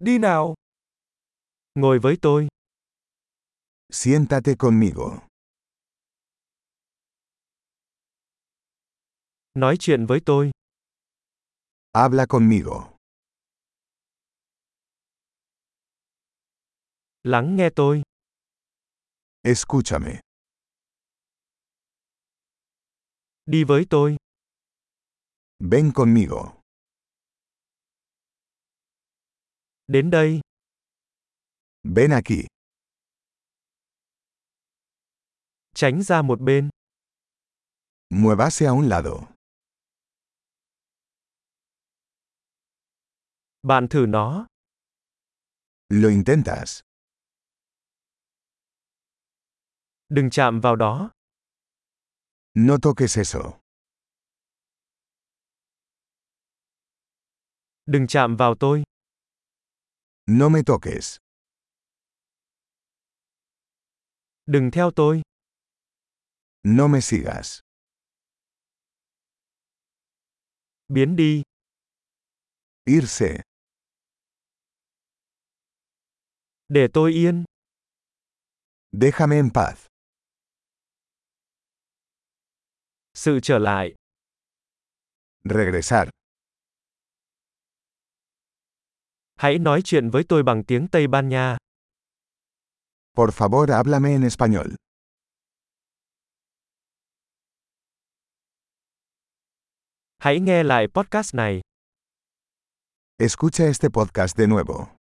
Đi nào. Ngồi với tôi. Siéntate conmigo. Nói chuyện với tôi. Habla conmigo. Lắng nghe tôi. Escúchame. Đi với tôi. Ven conmigo. Đến đây. Ven aquí. Tránh ra một bên. Muévase a un lado. Bạn thử nó. Lo intentas. Đừng chạm vào đó. No toques eso. Đừng chạm vào tôi. No me toques. Đừng theo tôi. No me sigas. Biến đi. Irse. Để tôi yên. Déjame en paz. Sự trở lại. Regresar. Hãy nói chuyện với tôi bằng tiếng Tây Ban Nha. Por favor, háblame en español. Hãy nghe lại podcast này. Escucha este podcast de nuevo.